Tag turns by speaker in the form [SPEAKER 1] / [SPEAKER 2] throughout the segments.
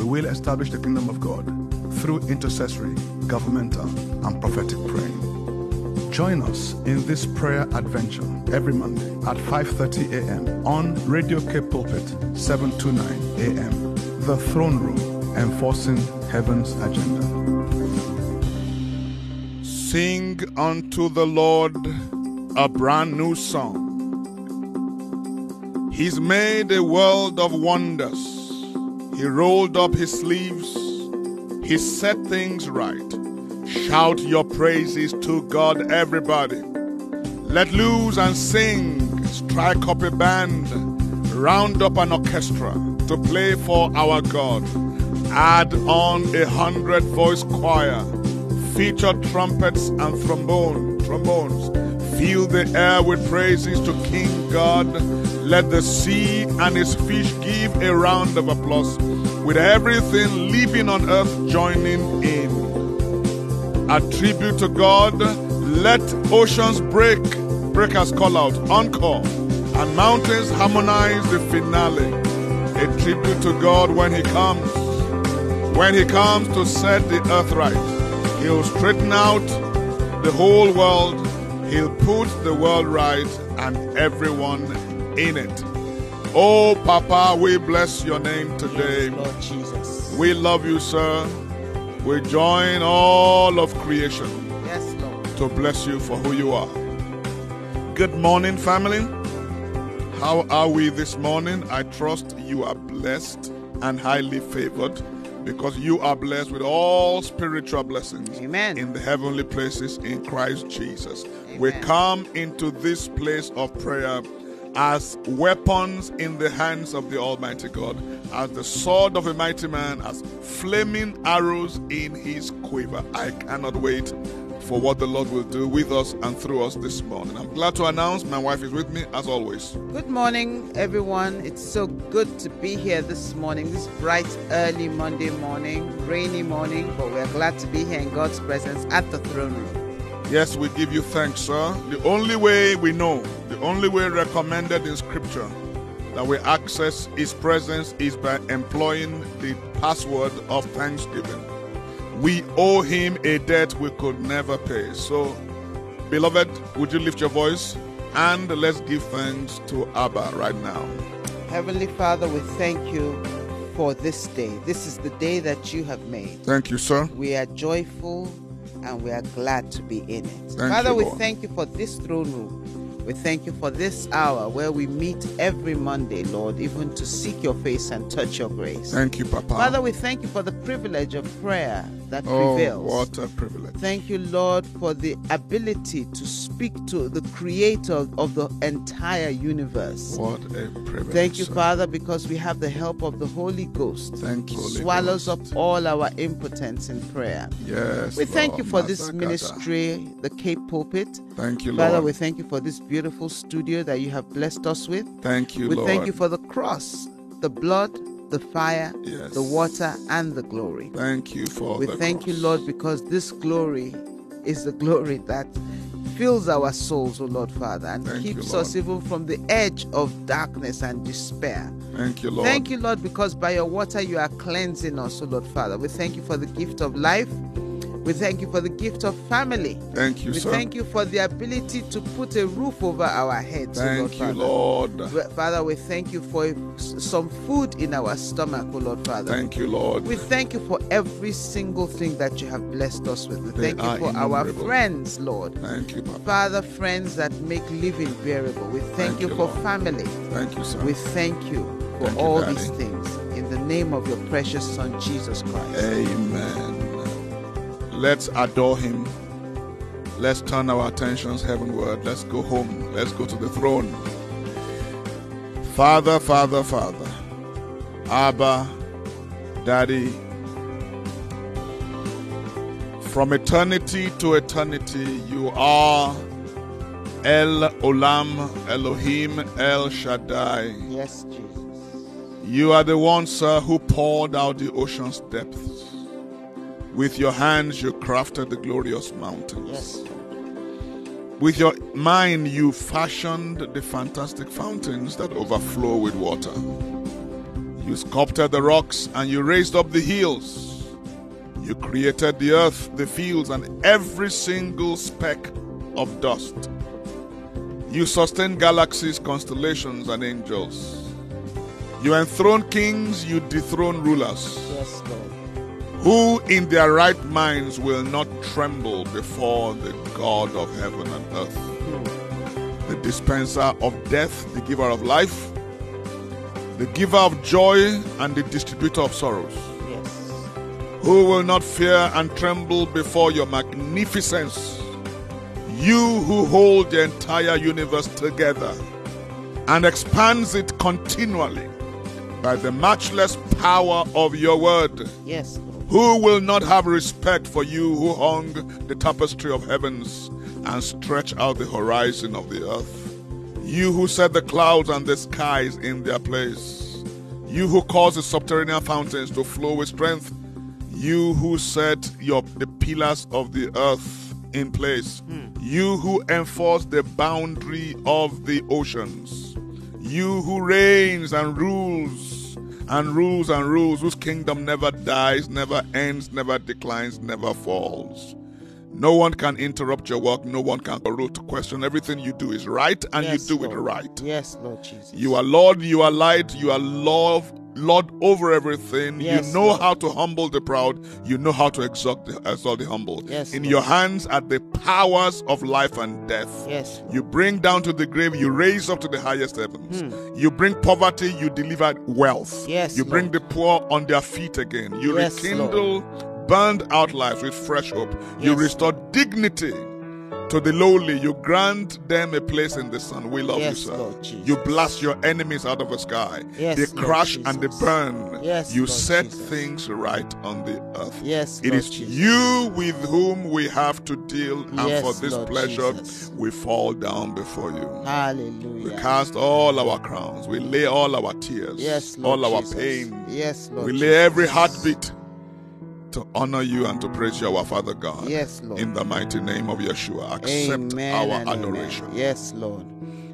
[SPEAKER 1] We will establish the kingdom of God through intercessory, governmental, and prophetic praying. Join us in this prayer adventure every Monday at 5:30 a.m. on Radio K Pulpit 729 a.m. The Throne Room, enforcing heaven's agenda. Sing unto the Lord a brand new song. He's made a world of wonders. He rolled up his sleeves. He set things right. Shout your praises to God, everybody. Let loose and sing, strike up a band, round up an orchestra to play for our God. Add on a hundred voice choir, feature trumpets and trombone, trombones. Fill the air with praises to King God. Let the sea and its fish give a round of applause, with everything living on earth joining in a tribute to God. Let oceans break, break us call out, encore, and mountains harmonize the finale. A tribute to God when He comes. When He comes to set the earth right, He'll straighten out the whole world, He'll put the world right and everyone in it. Oh, Papa, we bless your name today.
[SPEAKER 2] Lord Jesus.
[SPEAKER 1] We love you, sir. We join all of creation
[SPEAKER 2] Yes, Lord.
[SPEAKER 1] to bless you for who you are. Good morning, family. How are we this morning? I trust you are blessed and highly favored because you are blessed with all spiritual blessings
[SPEAKER 2] Amen.
[SPEAKER 1] in the heavenly places in Christ Jesus. We
[SPEAKER 2] Amen.
[SPEAKER 1] come into this place of prayer as weapons in the hands of the Almighty God, as the sword of a mighty man, as flaming arrows in his quiver. I cannot wait for what the Lord will do with us and through us this morning. I'm glad to announce my wife is with me as always.
[SPEAKER 2] Good morning, everyone. It's so good to be here this morning, this bright, early Monday morning, rainy morning, but we're glad to be here in God's presence at the throne room.
[SPEAKER 1] Yes, we give you thanks, sir. The only way we know, the only way recommended in Scripture that we access His presence is by employing the password of thanksgiving. We owe Him a debt we could never pay. So, beloved, would you lift your voice and let's give thanks to Abba right now?
[SPEAKER 2] Heavenly Father, we thank you for this day. This is the day that you have made.
[SPEAKER 1] Thank you, sir.
[SPEAKER 2] We are joyful and we are glad to be in it.
[SPEAKER 1] Thank
[SPEAKER 2] Father,
[SPEAKER 1] you,
[SPEAKER 2] we
[SPEAKER 1] Lord.
[SPEAKER 2] thank you for this throne room. We thank you for this hour where we meet every Monday, Lord, even to seek your face and touch your grace.
[SPEAKER 1] Thank you, Papa.
[SPEAKER 2] Father, we thank you for the privilege of prayer that
[SPEAKER 1] oh,
[SPEAKER 2] prevails.
[SPEAKER 1] what a privilege.
[SPEAKER 2] Thank you, Lord, for the ability to speak to the creator of the entire universe.
[SPEAKER 1] What a privilege.
[SPEAKER 2] Thank you,
[SPEAKER 1] sir.
[SPEAKER 2] Father, because we have the help of the Holy Ghost.
[SPEAKER 1] Thank you, Holy
[SPEAKER 2] Swallows
[SPEAKER 1] Ghost.
[SPEAKER 2] up all our impotence in prayer.
[SPEAKER 1] Yes.
[SPEAKER 2] We thank
[SPEAKER 1] Lord,
[SPEAKER 2] you for this
[SPEAKER 1] Masakata.
[SPEAKER 2] ministry, the Cape Pulpit.
[SPEAKER 1] Thank you, Lord.
[SPEAKER 2] Father, we thank you for this beautiful studio that you have blessed us with.
[SPEAKER 1] Thank you,
[SPEAKER 2] we
[SPEAKER 1] Lord.
[SPEAKER 2] thank you for the cross, the blood, the fire,
[SPEAKER 1] Yes.
[SPEAKER 2] the water, and the glory.
[SPEAKER 1] Thank you for
[SPEAKER 2] we
[SPEAKER 1] the
[SPEAKER 2] thank you,
[SPEAKER 1] cross.
[SPEAKER 2] Lord, because this glory is the glory that fills our souls, O Lord Father, and
[SPEAKER 1] Thank you,
[SPEAKER 2] keeps
[SPEAKER 1] Lord.
[SPEAKER 2] us even from the edge of darkness and despair.
[SPEAKER 1] Thank you, Lord.
[SPEAKER 2] Thank you, Lord, because by your water you are cleansing us, O Lord Father. We thank you for the gift of life. We thank you for the gift of family.
[SPEAKER 1] Thank you,
[SPEAKER 2] we
[SPEAKER 1] sir.
[SPEAKER 2] thank you for the ability to put a roof over our heads, O
[SPEAKER 1] Thank you,
[SPEAKER 2] Lord Father.
[SPEAKER 1] Lord.
[SPEAKER 2] We- Father, we thank you for s- some food in our stomach, O Lord Father.
[SPEAKER 1] Thank you, Lord.
[SPEAKER 2] we thank you for every single thing that you have blessed us with. We
[SPEAKER 1] They
[SPEAKER 2] thank
[SPEAKER 1] are
[SPEAKER 2] you for our
[SPEAKER 1] innumerable.
[SPEAKER 2] friends, Lord.
[SPEAKER 1] Thank you, Papa.
[SPEAKER 2] Father, friends that make living bearable. We thank,
[SPEAKER 1] Thank
[SPEAKER 2] you,
[SPEAKER 1] you,
[SPEAKER 2] for
[SPEAKER 1] Lord.
[SPEAKER 2] family.
[SPEAKER 1] Thank you, sir.
[SPEAKER 2] We thank you for
[SPEAKER 1] Thank you,
[SPEAKER 2] all
[SPEAKER 1] Daddy.
[SPEAKER 2] these things in the name of your precious Son, Jesus Christ.
[SPEAKER 1] Amen. Let's adore him. Let's turn our attentions heavenward. Let's go home. Let's go to the throne. Father, Father, Father. Abba, Daddy, From eternity to eternity, you are El Olam, Elohim, El Shaddai.
[SPEAKER 2] Yes, Jesus.
[SPEAKER 1] You are the one, sir, who poured out the ocean's depths. With your hands, you crafted the glorious mountains.
[SPEAKER 2] Yes, Lord.
[SPEAKER 1] With your mind, you fashioned the fantastic fountains that overflow with water. You sculpted the rocks and you raised up the hills. You created the earth, the fields, and every single speck of dust. You sustain galaxies, constellations, and angels. You enthrone kings, you dethrone rulers.
[SPEAKER 2] Yes, Lord.
[SPEAKER 1] Who in their right minds will not tremble before the God of heaven and earth, the dispenser of death, the giver of life, the giver of joy, and the distributor of sorrows?
[SPEAKER 2] Yes.
[SPEAKER 1] Who will not fear and tremble before your magnificence? You who hold the entire universe together and expands it continually by the matchless power of your word.
[SPEAKER 2] Yes, Lord.
[SPEAKER 1] Who will not have respect for you who hung the tapestry of heavens and stretched out the horizon of the earth? You who set the clouds and the skies in their place. You who caused the subterranean fountains to flow with strength. You who set your, the pillars of the earth in place. You who enforce the boundary of the oceans. You who reigns and rules and rules and rules, whose kingdom never dies, never ends, never declines, never falls. No one can interrupt your work. No one can rule to question. Everything you do is right, and
[SPEAKER 2] yes,
[SPEAKER 1] you do
[SPEAKER 2] Lord.
[SPEAKER 1] it right.
[SPEAKER 2] Yes, Lord Jesus.
[SPEAKER 1] You are Lord. You are light. You are love. Lord over everything.
[SPEAKER 2] Yes,
[SPEAKER 1] you know
[SPEAKER 2] Lord.
[SPEAKER 1] how to humble the proud. You know how to exalt the, exalt the humble.
[SPEAKER 2] Yes,
[SPEAKER 1] In
[SPEAKER 2] Lord.
[SPEAKER 1] your hands are the powers of life and death.
[SPEAKER 2] Yes, Lord. Hmm.
[SPEAKER 1] You bring down to the grave, you raise up to the highest heavens. You bring poverty, you deliver wealth.
[SPEAKER 2] Yes,
[SPEAKER 1] you bring
[SPEAKER 2] Lord.
[SPEAKER 1] the poor on their feet again. You
[SPEAKER 2] Yes,
[SPEAKER 1] rekindle burned out lives with fresh hope. you
[SPEAKER 2] Yes,
[SPEAKER 1] restore dignity to the lowly. You grant them a place in the sun. We love
[SPEAKER 2] Yes,
[SPEAKER 1] you, sir.
[SPEAKER 2] Lord Jesus.
[SPEAKER 1] You blast your enemies out of the sky.
[SPEAKER 2] Yes,
[SPEAKER 1] they
[SPEAKER 2] Lord
[SPEAKER 1] crash and they
[SPEAKER 2] Jesus.
[SPEAKER 1] burn.
[SPEAKER 2] Yes,
[SPEAKER 1] you
[SPEAKER 2] Lord
[SPEAKER 1] set
[SPEAKER 2] Jesus.
[SPEAKER 1] things right on the earth.
[SPEAKER 2] Yes,
[SPEAKER 1] It
[SPEAKER 2] Lord
[SPEAKER 1] is
[SPEAKER 2] Jesus.
[SPEAKER 1] you with whom we have to deal, and
[SPEAKER 2] Yes,
[SPEAKER 1] for this
[SPEAKER 2] Lord
[SPEAKER 1] pleasure,
[SPEAKER 2] Jesus.
[SPEAKER 1] we fall down before you. We
[SPEAKER 2] Hallelujah.
[SPEAKER 1] cast all our crowns. We lay all our tears,
[SPEAKER 2] yes, Lord
[SPEAKER 1] all our
[SPEAKER 2] Jesus.
[SPEAKER 1] pain.
[SPEAKER 2] Yes, Lord
[SPEAKER 1] we lay
[SPEAKER 2] Jesus.
[SPEAKER 1] every heartbeat to honor you and to praise you, our Father God.
[SPEAKER 2] Yes, Lord.
[SPEAKER 1] In the mighty name of Yeshua, accept
[SPEAKER 2] Amen. and
[SPEAKER 1] our
[SPEAKER 2] amen.
[SPEAKER 1] adoration.
[SPEAKER 2] Yes, Lord.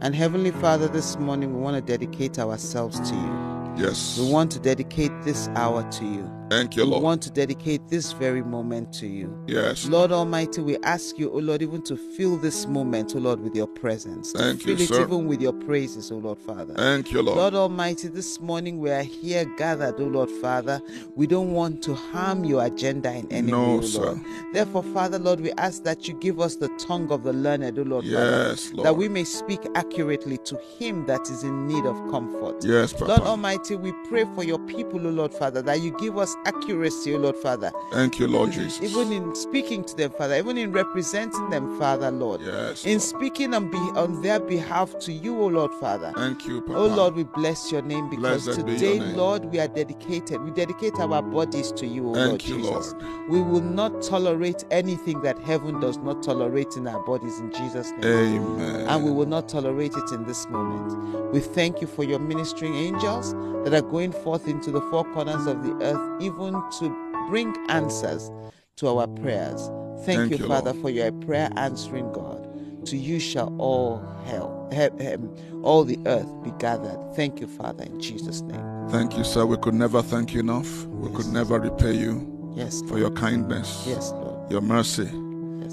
[SPEAKER 2] And Heavenly Father, this morning we want to dedicate ourselves to you.
[SPEAKER 1] Yes.
[SPEAKER 2] We want to dedicate this hour to you.
[SPEAKER 1] Thank you,
[SPEAKER 2] we
[SPEAKER 1] Lord.
[SPEAKER 2] want to dedicate this very moment to you.
[SPEAKER 1] yes.
[SPEAKER 2] Lord Almighty, we ask you, O Lord, even to fill this moment, O Lord, with your presence. To
[SPEAKER 1] Thank you,
[SPEAKER 2] fill it
[SPEAKER 1] sir.
[SPEAKER 2] even with your praises, O Lord Father.
[SPEAKER 1] Thank you, Lord.
[SPEAKER 2] Lord Almighty, this morning we are here gathered, O Lord Father. We don't want to harm your agenda in any
[SPEAKER 1] No,
[SPEAKER 2] way, O
[SPEAKER 1] sir.
[SPEAKER 2] Lord. Therefore, Father, Lord, we ask that you give us the tongue of the learned, O Lord
[SPEAKER 1] Yes,
[SPEAKER 2] Father,
[SPEAKER 1] Lord.
[SPEAKER 2] that we may speak accurately to him that is in need of comfort.
[SPEAKER 1] yes, Papa.
[SPEAKER 2] Lord um, Almighty, we pray for your people, O Lord Father, that you give us accuracy, O Lord Father,
[SPEAKER 1] Thank you, Lord Jesus.
[SPEAKER 2] even in speaking to them, Father, even in representing them, Father, Lord,
[SPEAKER 1] yes.
[SPEAKER 2] in
[SPEAKER 1] Lord.
[SPEAKER 2] speaking on, be- on their behalf to you, O Lord Father.
[SPEAKER 1] Thank you, Papa.
[SPEAKER 2] Oh Lord, we bless your name because
[SPEAKER 1] Blessed be your
[SPEAKER 2] today,
[SPEAKER 1] name.
[SPEAKER 2] Lord, we are dedicated. We dedicate our bodies to you, O
[SPEAKER 1] Thank
[SPEAKER 2] Lord
[SPEAKER 1] you,
[SPEAKER 2] Jesus.
[SPEAKER 1] Lord.
[SPEAKER 2] We will not tolerate anything that heaven does not tolerate in our bodies in Jesus' name.
[SPEAKER 1] Amen.
[SPEAKER 2] And we will not tolerate it in this moment. We thank you for your ministering angels that are going forth into the four corners of the earth, even to bring answers to our prayers. Thank,
[SPEAKER 1] Thank
[SPEAKER 2] you,
[SPEAKER 1] you,
[SPEAKER 2] Father,
[SPEAKER 1] Lord.
[SPEAKER 2] for your prayer answering God. To you shall all hell, he- he- all the earth be gathered. Thank you, Father, in Jesus' name.
[SPEAKER 1] Thank you, sir. We could never thank you enough. We could never repay you
[SPEAKER 2] Yes,
[SPEAKER 1] for your kindness,
[SPEAKER 2] yes, Lord.
[SPEAKER 1] your mercy.
[SPEAKER 2] Yes,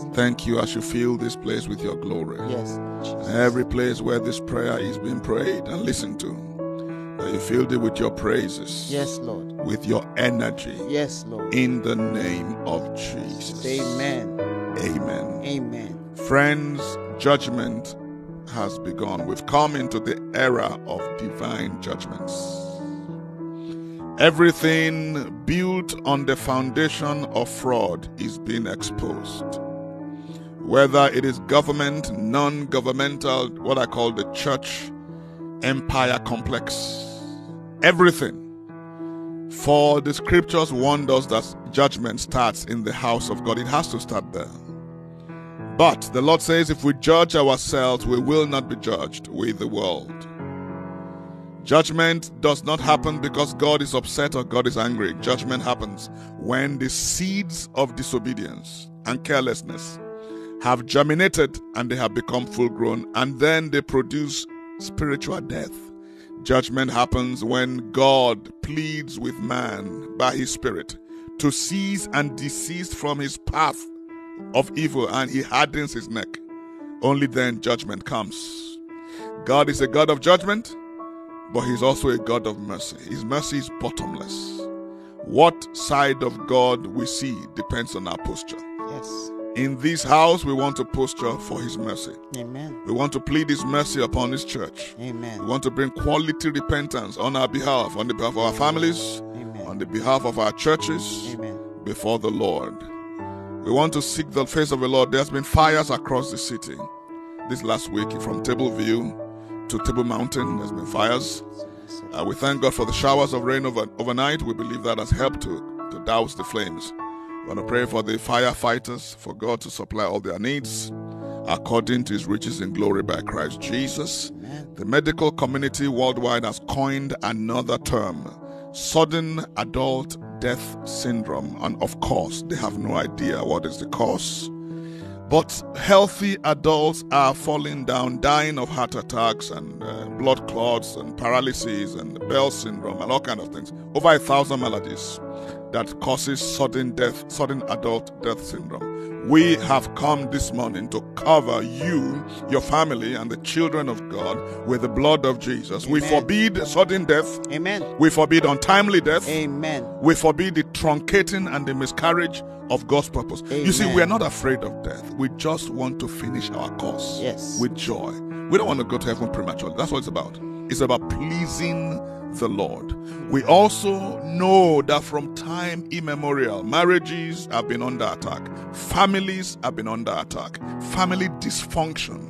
[SPEAKER 2] Lord.
[SPEAKER 1] Thank you as you fill this place with your glory.
[SPEAKER 2] yes, Lord Jesus.
[SPEAKER 1] Every place where this prayer is being prayed and listened to, that you filled it with your praises,
[SPEAKER 2] yes, Lord.
[SPEAKER 1] with your energy,
[SPEAKER 2] Yes, Lord.
[SPEAKER 1] in the name of Jesus.
[SPEAKER 2] Amen.
[SPEAKER 1] Amen.
[SPEAKER 2] Amen.
[SPEAKER 1] Friends, judgment has begun. We've come into the era of divine judgments. Everything built on the foundation of fraud is being exposed. Whether it is government, non governmental, what I call the church empire complex, everything For the scriptures warned us that judgment starts in the house of God. It has to start there. But the Lord says, if we judge ourselves, we will not be judged with the world. Judgment does not happen because God is upset or God is angry. Judgment happens when the seeds of disobedience and carelessness have germinated and they have become full grown, and then they produce spiritual death. Judgment happens when God pleads with man by his Spirit to cease and desist from his path of evil and he hardens his neck. Only then judgment comes. God is a God of judgment, but he's also a God of mercy. His mercy is bottomless. What side of God we see depends on our posture.
[SPEAKER 2] Yes.
[SPEAKER 1] In this house, we want to posture for his mercy.
[SPEAKER 2] Amen.
[SPEAKER 1] We want to plead his mercy upon his church. We
[SPEAKER 2] Amen.
[SPEAKER 1] want to bring quality repentance on our behalf, on the behalf of our families, on
[SPEAKER 2] Amen.
[SPEAKER 1] the behalf of our churches,
[SPEAKER 2] Amen.
[SPEAKER 1] before the Lord. We want to seek the face of the Lord. There's been fires across the city this last week from Table View to Table Mountain. There's been fires. Uh, we thank God for the showers of rain over, overnight. We believe that has helped to, to douse the flames. We want to pray for the firefighters, for God to supply all their needs according to his riches in glory by Christ Jesus.
[SPEAKER 2] Amen.
[SPEAKER 1] The medical community worldwide has coined another term sudden adult death syndrome. And of course, they have no idea what is the cause. But healthy adults are falling down, dying of heart attacks and uh, blood clots and paralyses and Bell syndrome and all kind of things. Over a thousand maladies that causes sudden death, sudden adult death syndrome. We have come this morning to cover you, your family, and the children of God with the blood of Jesus. We
[SPEAKER 2] Amen.
[SPEAKER 1] forbid sudden death.
[SPEAKER 2] Amen.
[SPEAKER 1] We forbid untimely death.
[SPEAKER 2] Amen.
[SPEAKER 1] We forbid the truncating and the miscarriage of God's purpose. You see,
[SPEAKER 2] Amen.
[SPEAKER 1] we are not afraid of death. We just want to finish our course
[SPEAKER 2] Yes.
[SPEAKER 1] with joy. We don't want to go to heaven prematurely. That's what it's about. It's about pleasing the Lord. We also know that from time immemorial, marriages have been under attack, families have been under attack, family dysfunction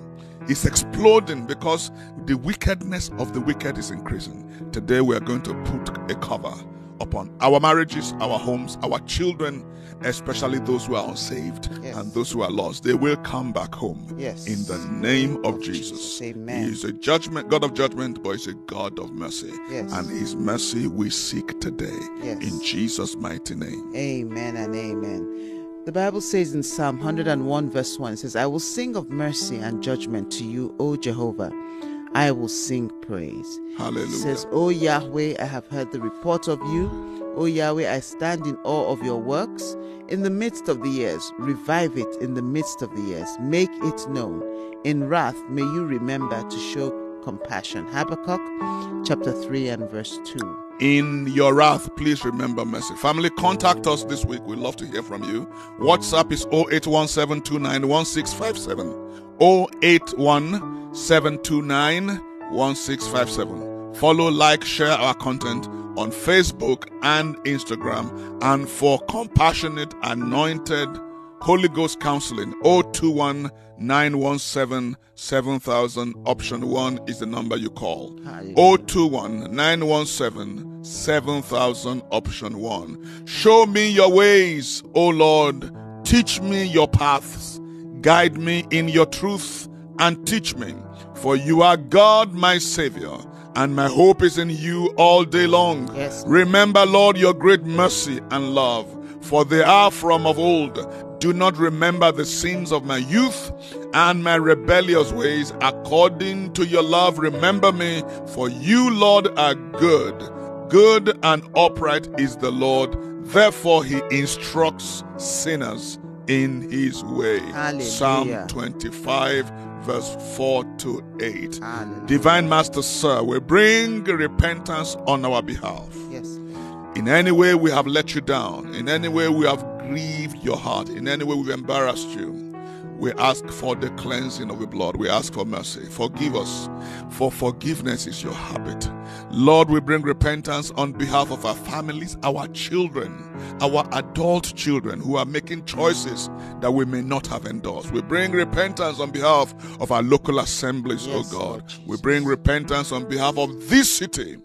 [SPEAKER 1] is exploding because the wickedness of the wicked is increasing. Today, we are going to put a cover upon our marriages, our homes, our children, especially those who are unsaved
[SPEAKER 2] Yes.
[SPEAKER 1] and those who are lost. They will come back home
[SPEAKER 2] Yes.
[SPEAKER 1] in the name of Jesus.
[SPEAKER 2] Jesus. Amen.
[SPEAKER 1] He is a judgment, God of judgment, but he's a God of mercy.
[SPEAKER 2] Yes.
[SPEAKER 1] And his mercy we seek today
[SPEAKER 2] Yes.
[SPEAKER 1] in Jesus' mighty name.
[SPEAKER 2] Amen and amen. The Bible says in Psalm 101, verse 1, it says, I will sing of mercy and judgment to you, O Jehovah. I will sing praise. It
[SPEAKER 1] Hallelujah.
[SPEAKER 2] says, O Yahweh, I have heard the report of you. O Yahweh, I stand in awe of your works. In the midst of the years, revive it in the midst of the years. Make it known. In wrath, may you remember to show compassion. Habakkuk chapter 3 and verse 2.
[SPEAKER 1] in your wrath, please remember mercy. Family, contact us this week. We'd love to hear from you. WhatsApp is 0817291657. 0817291657. Follow, like, share our content on Facebook and Instagram. And for compassionate, anointed, Holy Ghost Counseling 021 917 7000. Option 1 is the number you call.
[SPEAKER 2] Hallelujah.
[SPEAKER 1] 021 917 7000. Option 1. Show me your ways, O Lord. Teach me your paths. Guide me in your truth and teach me. For you are God, my Savior, and my hope is in you all day long.
[SPEAKER 2] Yes.
[SPEAKER 1] Remember, Lord, your great mercy and love, for they are from of old. Do not remember the sins of my youth and my rebellious ways. According to your love, remember me, for you, Lord, are good. Good and upright is the Lord. Therefore, he instructs sinners in his way. Psalm
[SPEAKER 2] Hallelujah.
[SPEAKER 1] 25, verse 4 to 8.
[SPEAKER 2] Hallelujah.
[SPEAKER 1] Divine Master, sir, we bring repentance on our behalf.
[SPEAKER 2] Yes.
[SPEAKER 1] In any way we have let you down, in any way we have grieved your heart, in any way we've embarrassed you, we ask for the cleansing of the blood. We ask for mercy. Forgive us, for forgiveness is your habit. Lord, we bring repentance on behalf of our families, our children, our adult children who are making choices that we may not have endorsed. We bring repentance on behalf of our local assemblies,
[SPEAKER 2] Yes,
[SPEAKER 1] oh
[SPEAKER 2] Lord
[SPEAKER 1] God. we
[SPEAKER 2] Jesus.
[SPEAKER 1] bring repentance on behalf of this city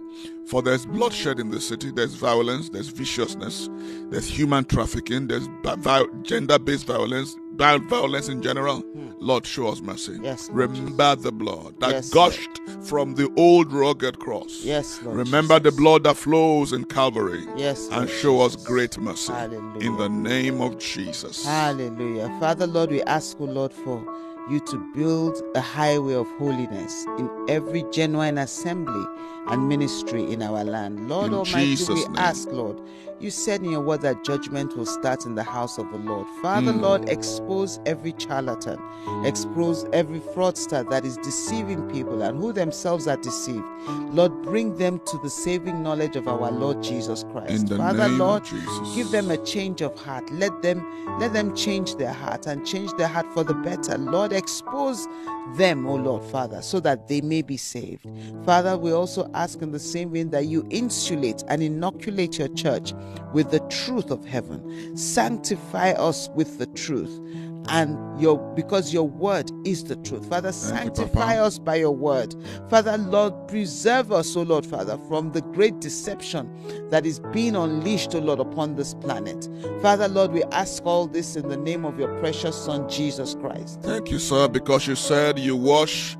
[SPEAKER 1] For there's bloodshed in the city, there's violence, there's viciousness, there's human trafficking, there's bi- vi- gender based violence, bi- violence in general. Lord, show us mercy.
[SPEAKER 2] Hmm. Yes, Lord
[SPEAKER 1] Remember the blood that
[SPEAKER 2] Yes, Lord.
[SPEAKER 1] gushed from the old rugged cross.
[SPEAKER 2] Yes, Lord
[SPEAKER 1] Remember
[SPEAKER 2] Jesus.
[SPEAKER 1] the blood that flows in Calvary.
[SPEAKER 2] Yes,
[SPEAKER 1] And
[SPEAKER 2] Lord
[SPEAKER 1] show us
[SPEAKER 2] Jesus.
[SPEAKER 1] great mercy.
[SPEAKER 2] Hallelujah.
[SPEAKER 1] In the name of Jesus.
[SPEAKER 2] Hallelujah. Father, Lord, we ask, O Lord, for you to build a highway of holiness in every genuine assembly and ministry in our land. Lord
[SPEAKER 1] In
[SPEAKER 2] Almighty, we
[SPEAKER 1] Jesus' name.
[SPEAKER 2] ask, Lord, you said in your word that judgment will start in the house of the Lord. Father,
[SPEAKER 1] Mm.
[SPEAKER 2] Lord, expose every charlatan, expose every fraudster that is deceiving people and who themselves are deceived. Lord, bring them to the saving knowledge of our Lord Jesus Christ.
[SPEAKER 1] In the
[SPEAKER 2] Father,
[SPEAKER 1] name of
[SPEAKER 2] Lord,
[SPEAKER 1] Jesus.
[SPEAKER 2] give them a change of heart. Let them let them change their heart and change their heart for the better. Lord, expose them, O Lord Father, so that they may be saved. Father, we also ask in the same way that you insulate and inoculate your church with the truth of heaven. Sanctify us with the truth. And your because your word is the truth. Father,
[SPEAKER 1] Thank you, Papa.
[SPEAKER 2] sanctify us by your word. Father, Lord, preserve us, O Lord, Father, from the great deception that is being unleashed, O Lord, upon this planet. Father, Lord, we ask all this in the name of your precious Son, Jesus Christ.
[SPEAKER 1] Thank you, sir, because you said you wash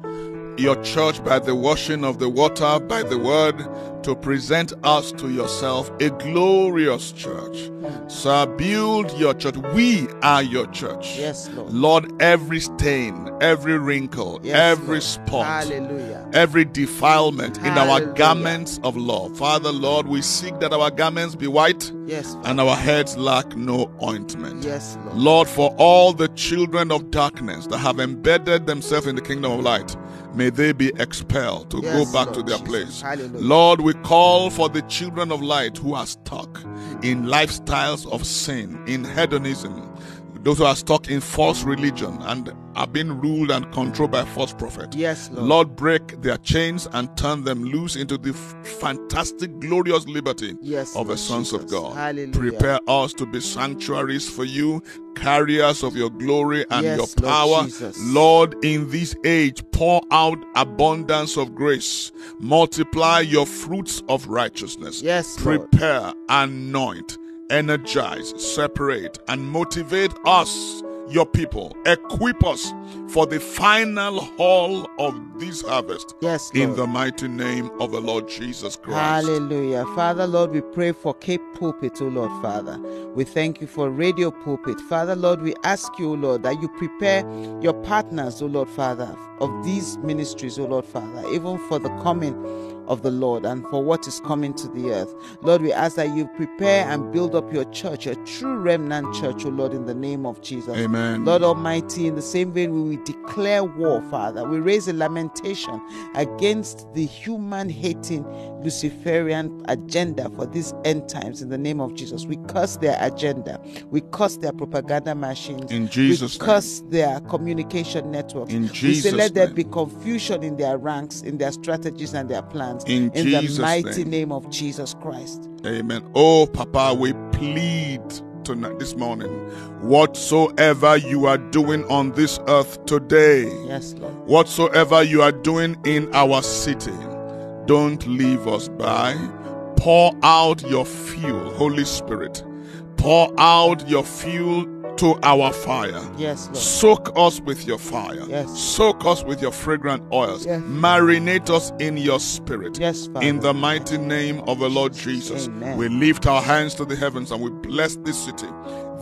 [SPEAKER 1] your church by the washing of the water, by the word, to present us to yourself a glorious church. Sir, build your church. We are your church.
[SPEAKER 2] Yes, Lord.
[SPEAKER 1] Lord, every stain, every wrinkle,
[SPEAKER 2] Yes,
[SPEAKER 1] every
[SPEAKER 2] Lord.
[SPEAKER 1] spot.
[SPEAKER 2] Hallelujah.
[SPEAKER 1] Every defilement in
[SPEAKER 2] Hallelujah.
[SPEAKER 1] our garments of love. Father, Lord, we seek that our garments be white
[SPEAKER 2] Yes, Father.
[SPEAKER 1] and our heads lack no ointment.
[SPEAKER 2] Yes, Lord.
[SPEAKER 1] Lord, for all the children of darkness that have embedded themselves in the kingdom of light, may they be expelled to
[SPEAKER 2] Yes,
[SPEAKER 1] go back
[SPEAKER 2] Lord
[SPEAKER 1] to their
[SPEAKER 2] Jesus.
[SPEAKER 1] place.
[SPEAKER 2] Hallelujah.
[SPEAKER 1] Lord, we call for the children of light who are stuck in lifestyles of sin, in hedonism. Those who are stuck in false religion and are being ruled and controlled by false prophets.
[SPEAKER 2] Yes, Lord.
[SPEAKER 1] Lord, break their chains and turn them loose into the f- fantastic, glorious liberty
[SPEAKER 2] Yes,
[SPEAKER 1] of the
[SPEAKER 2] Lord
[SPEAKER 1] sons of
[SPEAKER 2] Jesus.
[SPEAKER 1] God.
[SPEAKER 2] Hallelujah.
[SPEAKER 1] Prepare us to be sanctuaries for you, carriers of your glory and
[SPEAKER 2] Yes,
[SPEAKER 1] your
[SPEAKER 2] Lord
[SPEAKER 1] power.
[SPEAKER 2] Jesus.
[SPEAKER 1] Lord, in this age, pour out abundance of grace. Multiply your fruits of righteousness.
[SPEAKER 2] Yes, Lord.
[SPEAKER 1] Prepare, anoint, energize, separate, and motivate us. Your people, equip us for the final haul of this harvest.
[SPEAKER 2] Yes,
[SPEAKER 1] In
[SPEAKER 2] Lord.
[SPEAKER 1] the mighty name of the Lord Jesus Christ.
[SPEAKER 2] Hallelujah. Father, Lord, we pray for Cape Pulpit, O Lord, Father. We thank you for Radio Pulpit. Father, Lord, we ask you, O Lord, that you prepare your partners, O Lord, Father, of these ministries, O Lord, Father, even for the coming of the Lord and for what is coming to the earth. Lord, we ask that you prepare and build up your church, a true remnant church, O Lord, in the name of Jesus.
[SPEAKER 1] Amen.
[SPEAKER 2] Lord Almighty, in the same vein, we will declare war, Father. We raise a lamentation against the human hating Luciferian agenda for these end times in the name of Jesus. We curse their agenda. We curse their propaganda machines.
[SPEAKER 1] In Jesus'
[SPEAKER 2] We curse their communication networks.
[SPEAKER 1] In
[SPEAKER 2] we say,
[SPEAKER 1] Jesus'
[SPEAKER 2] let there
[SPEAKER 1] name.
[SPEAKER 2] be confusion in their ranks, in their strategies, and their plans.
[SPEAKER 1] In Jesus'
[SPEAKER 2] the mighty
[SPEAKER 1] name.
[SPEAKER 2] name of Jesus Christ.
[SPEAKER 1] Amen. Oh, Papa, we plead tonight, this morning, whatsoever you are doing on this earth today,
[SPEAKER 2] Yes, Lord.
[SPEAKER 1] whatsoever you are doing in our city, don't leave us by. Pour out your fuel, Holy Spirit. Pour out your fuel to our fire.
[SPEAKER 2] Yes, Lord.
[SPEAKER 1] Soak us with your fire.
[SPEAKER 2] Yes.
[SPEAKER 1] Soak us with your fragrant oils.
[SPEAKER 2] Yes.
[SPEAKER 1] Marinate us in your spirit.
[SPEAKER 2] Yes, Father.
[SPEAKER 1] In the mighty name of the Lord Jesus.
[SPEAKER 2] Amen.
[SPEAKER 1] We lift our hands to the heavens and we bless this city.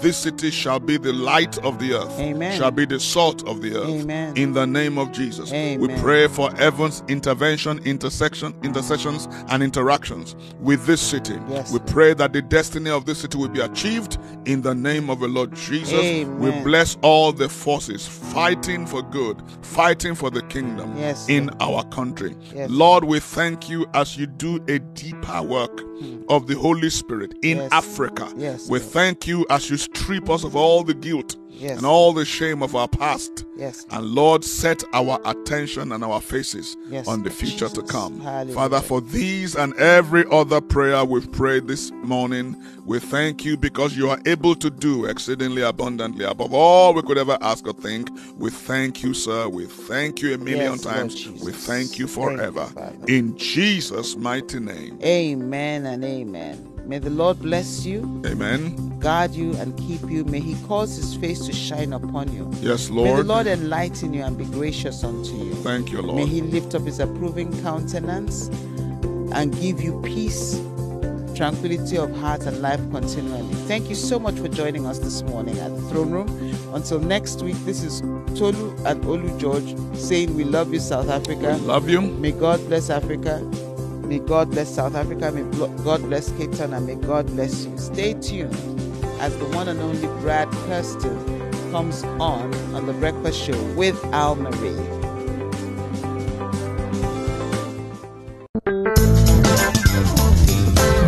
[SPEAKER 1] This city shall be the light of the earth.
[SPEAKER 2] Amen.
[SPEAKER 1] Shall be the salt of the earth.
[SPEAKER 2] Amen.
[SPEAKER 1] In the name of Jesus. We
[SPEAKER 2] Amen.
[SPEAKER 1] pray for heaven's intervention, intersection, intersections, and interactions with this city.
[SPEAKER 2] Yes,
[SPEAKER 1] We
[SPEAKER 2] Lord.
[SPEAKER 1] pray that the destiny of this city will be achieved in the name of the Lord Jesus. We
[SPEAKER 2] Amen.
[SPEAKER 1] bless bless all the forces fighting for good, fighting for the kingdom
[SPEAKER 2] Yes,
[SPEAKER 1] in our country.
[SPEAKER 2] Yes.
[SPEAKER 1] Lord, we thank you as you do a deeper work of the Holy Spirit in
[SPEAKER 2] Hmm. Yes.
[SPEAKER 1] Africa.
[SPEAKER 2] Yes,
[SPEAKER 1] we
[SPEAKER 2] Lord.
[SPEAKER 1] thank you as you strip us of all the guilt
[SPEAKER 2] Yes.
[SPEAKER 1] and all the shame of our past.
[SPEAKER 2] Yes.
[SPEAKER 1] And Lord, set our attention and our faces
[SPEAKER 2] Yes,
[SPEAKER 1] on the future to
[SPEAKER 2] Jesus.
[SPEAKER 1] come.
[SPEAKER 2] Hallelujah.
[SPEAKER 1] Father, for these and every other prayer we've prayed this morning, we thank you because you are able to do exceedingly abundantly above all we could ever ask or think. We thank you, sir. We thank you a million
[SPEAKER 2] Yes, Lord
[SPEAKER 1] times. We
[SPEAKER 2] Jesus.
[SPEAKER 1] thank you
[SPEAKER 2] Thank you,
[SPEAKER 1] forever.
[SPEAKER 2] Father.
[SPEAKER 1] In Jesus' mighty name.
[SPEAKER 2] Amen and amen. May the Lord bless you,
[SPEAKER 1] Amen.
[SPEAKER 2] guard you, and keep you. May He cause His face to shine upon you.
[SPEAKER 1] Yes,
[SPEAKER 2] May the
[SPEAKER 1] Lord.
[SPEAKER 2] Lord enlighten you and be gracious unto you.
[SPEAKER 1] Thank you,
[SPEAKER 2] May
[SPEAKER 1] Lord.
[SPEAKER 2] He lift up His approving countenance and give you peace, tranquility of heart, and life continually. Thank you so much for joining us this morning at the Throne Room. Until next week, this is Tolu and Olu George saying, We love you, South Africa.
[SPEAKER 1] Love you.
[SPEAKER 2] May God bless Africa. May God bless South Africa. May blo- God bless Cape Town and may God bless you. Stay tuned as the one and only Brad Kirsten comes on on The Breakfast Show with Al Marie.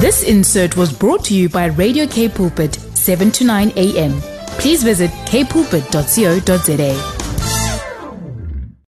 [SPEAKER 3] This insert was brought to you by Radio K Pulpit, 7 to 9 a.m. Please visit kpulpit.co.za.